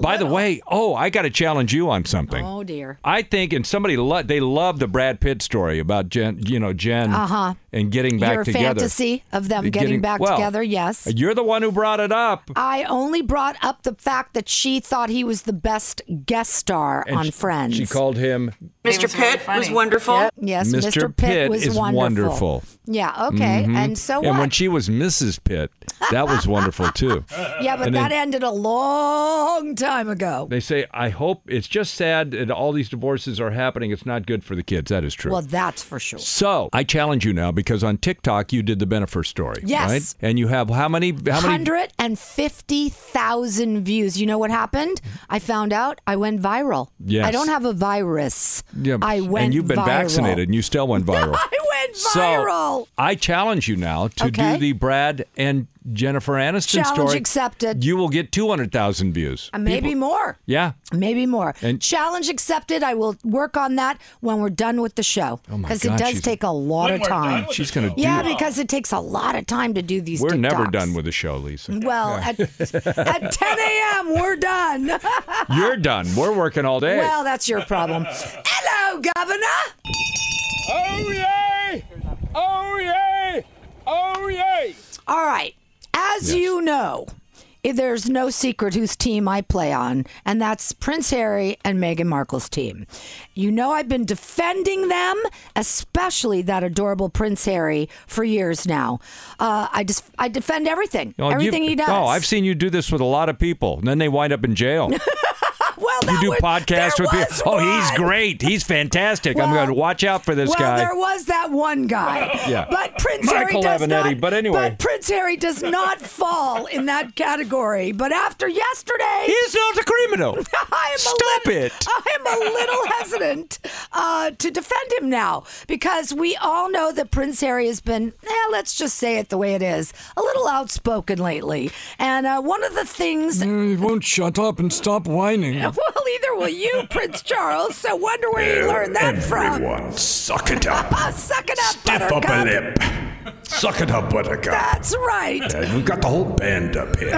By the way, oh, I got to challenge you on something. Oh dear. I think, and somebody lo- they love the Brad Pitt story about Jen, you know, Jen Uh-huh. and getting back Your together. fantasy of them getting, back well, together, yes. Uh, You're the one who brought it up. I only brought up the fact that she thought he was the best guest star And on she- Friends. She called him Mr. Pitt was wonderful. yes, Mr. Mr. Pitt, Pitt was is wonderful. Mm-hmm. Yeah, okay. And so And what? when she was Mrs. Pitt, that was wonderful too. yeah, but and then- that ended a long time ago. They say, I hope it's just sad that all these divorces are happening. It's not good for the kids. That is true. Well, that's for sure. so I challenge you now because on TikTok you did the Benefer story, Yes. right? And you have how many? How many? 150,000 views. You know what happened? I found out I went viral. Yes. I don't have a virus. Yeah, I went and you've been viral. vaccinated, and you still went viral. I went So viral. I challenge you now to Okay. do the Brad and Jennifer Aniston Challenge story. accepted. You will get two hundred thousand views. Uh, Maybe People- more. Yeah. Maybe more. And- Challenge accepted. I will work on that when we're done with the show. Oh my Because God, it does she's- take a lot of time. She's gonna do. Yeah, because it takes a lot of time to do these We're never TikToks. Mm, done with the show, Lisa. Well, at, at 10 a.m., we're done. You're done. We're working all day. well, that's your problem. Hello, Governor. Oh yay! Oh yay! Oh yay! All right. As you know, i- there's no secret whose team I play on, and that's Prince Harry and Meghan Markle's team. You know, I've been defending them, especially that adorable Prince Harry, for years now. Uh, I just I defend everything, Oh, you- everything he does. Oh, I've seen you do this with a lot of people. And then they wind up in jail. well, that You do was- podcasts there with people. was Oh, he's one. great. He's fantastic. I'm Well- going to watch out for this well, guy. there was that one guy. Yeah. But Prince Michael Harry does Avenatti, not. but anyway. but Prince Harry does not fall in that category. But after yesterday, he's not a criminal. I am Stop a little, it. I am a little hesitant uh, to defend him now because we all know that Prince Harry has been, eh, let's just say it the way it is, a little outspoken lately. And uh, one of the things, well, He won't shut up and stop whining. either will you, Prince Charles. So wonder where you learned that from. Everyone, suck it up. Oh, suck it up, Step up buttercup. a lip. Suck it up, buttercup. That's right. Uh, We've got the whole band up here.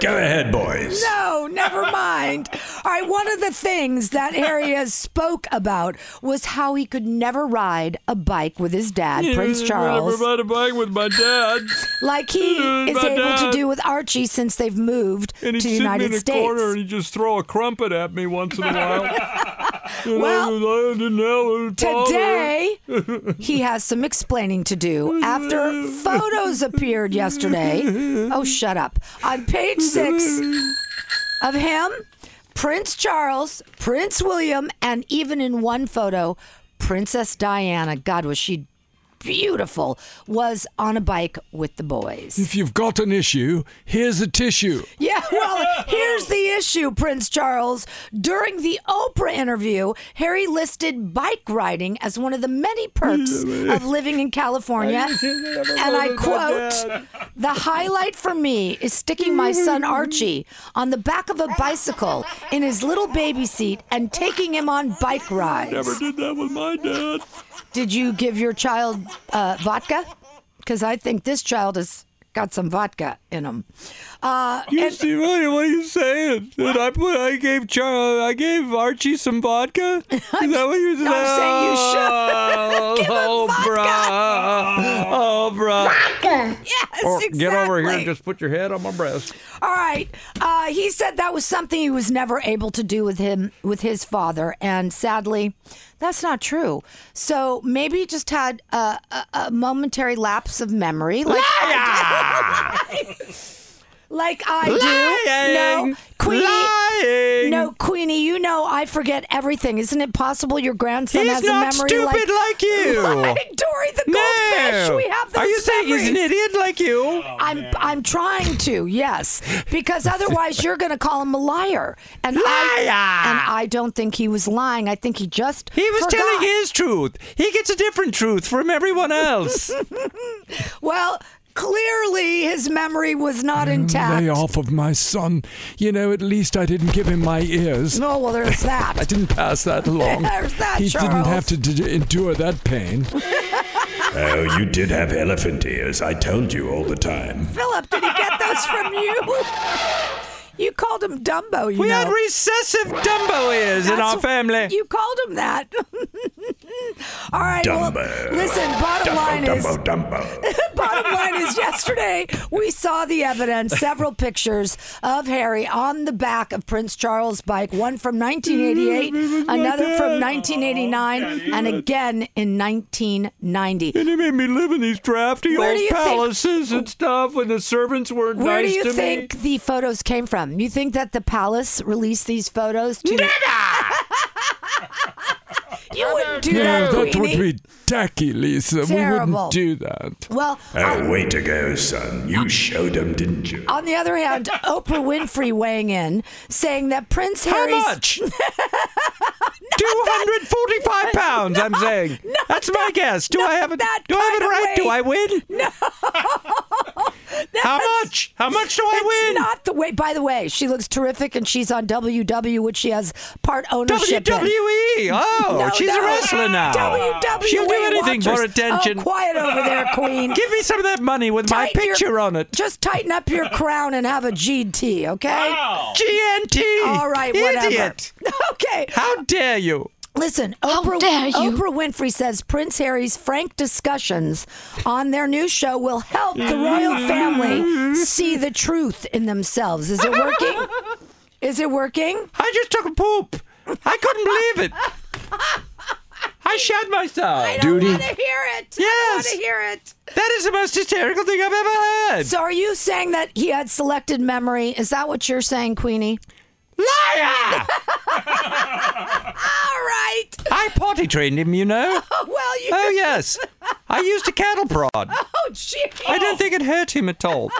Go ahead, boys. No, never mind. All right, one of the things that Harry has spoke about was how he could never ride a bike with his dad, Prince Charles, a bike with my dad. like he Mm, is my able dad. to do with Archie since they've moved to the United States. he'd just throw a crumpet at me once in a while. Well, well, today he has some explaining to do after photos appeared yesterday. Oh, shut up. On page six of him, Prince Charles, Prince William, and even in one photo, Princess Diana, God, was she beautiful, was on a bike with the boys. If you've got an issue, here's a tissue. Yeah, well, here's the issue, Prince Charles. During the Oprah interview, Harry listed bike riding as one of the many perks of living in California. And I quote The highlight for me is sticking my son Archie on the back of a bicycle in his little baby seat and taking him on bike rides. did that with my dad. Did you give your child uh, vodka? Because I think this child has got some vodka in him. Uh, You see, really, what are you saying? Did I put? I gave Charlie, I gave Archie some vodka. Is that what you said? I'm saying you Oh, should. Give him vodka. bruh. Oh, bruh. Yes, Or exactly. Get over here and just put your head on my breast. All right. Uh, he said that was something he was never able to do with him with his father, and sadly, that's not true. So maybe he just had a, a, a momentary lapse of memory, like like I do. Lying. No, Queenie. Lying. No, Queenie, you know I forget everything. Isn't it possible your grandson He's has not a memory stupid like, like you. Like Dory the goldfish? No. We have those Are you saying he's memories. an idiot like you? Oh, I'm I'm trying to, yes, because otherwise you're going to call him a liar. And I Liar! and I don't think he was lying. I think he just He was forgot. telling his truth. He gets a different truth from everyone else. Well, clearly his memory was not intact. Lay off of my son. You know, at least I didn't give him my ears. No, Oh, well, there's I that. didn't pass that along. There's that, he didn't Charles. have to d- endure that pain. Oh, you did have elephant ears. I told you all the time. Philip, did he get those from you? You called him Dumbo. You We know. had recessive Dumbo ears in That's our wh- family. You called him that. All right. Well, Dumbo. listen. Bottom line is. Oh, Dumbo, Dumbo. Bottom line is, yesterday we saw the evidence, several pictures of Harry on the back of Prince Charles' bike, one from 1988, another from 1989, and again in 1990. and he made me live in these drafty Where do old you think- palaces and stuff when the servants weren't Where nice do you to think me. the photos came from? You think that the palace released these photos to? you wouldn't do No, that, that would Queenie. be tacky, Lisa. We Terrible. wouldn't do that. Well, Oh, way to go, son. You showed him, didn't you? on the other hand, Oprah Winfrey weighing in, saying that Prince How Harry's much? 245 pounds, I'm saying. That's my guess. Do I have it? that Do I have kind it of right? Do weight. I win? No. How much? How much do I It's win? not the way. By the way, she looks terrific, and she's on WW, which she has part ownership in. WWE. E. Oh, No, she's no. a wrestler now. WWE She'll do anything for watchers. attention. Oh, E quiet over there, Queen. Give me some of that money with my Tighten your- picture on it. Just tighten up your crown and have a GT, okay? Oh. GNT. All right, whatever. Idiot. Okay. How dare you? Listen, Oprah, dare you. Oprah Winfrey says Prince Harry's frank discussions on their new show will help the royal family see the truth in themselves. Is it working? Is it working? I just took a poop. I couldn't believe it. I shat myself. I want to hear it. I want Yes. to hear it. That is the most hysterical thing I've ever heard. So are you saying that he had selected memory? Is that what you're saying, Queenie? Liar! All right. I potty trained him, you know. Oh, well, you. Oh, yes. I used a cattle prod. Oh, gee. I don't think it hurt him at all.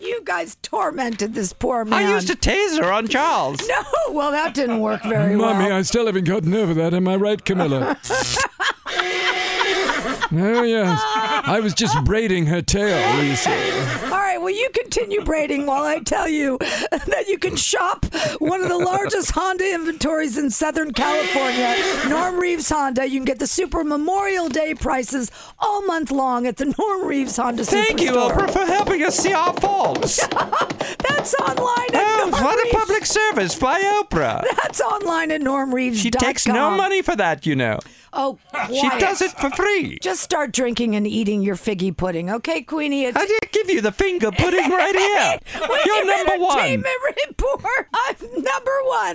You guys tormented this poor man. I used a taser on Charles. No, well, that didn't work very well. Mummy, I still haven't gotten over that. Am I right, Camilla? oh, yes. I was just braiding her tail, Lisa. All right, well, you continue braiding while I tell you that you can shop one of the largest Honda inventories in Southern California, Norm Reeves Honda. You can get the Super Memorial Day prices all month long at the Norm Reeves Honda Thank you, Superstore. Oprah, for helping us see our faults. That's online at Oh, Norm what a Reeves. public service by Oprah. That's online at normreeves.com. She takes no money for that, you know. Oh, quiet. She does it for free. Just start drinking and eating your figgy pudding, okay, Queenie? It's I did give you the finger pudding right here. Wait, You're number one. entertainment report. I'm number one.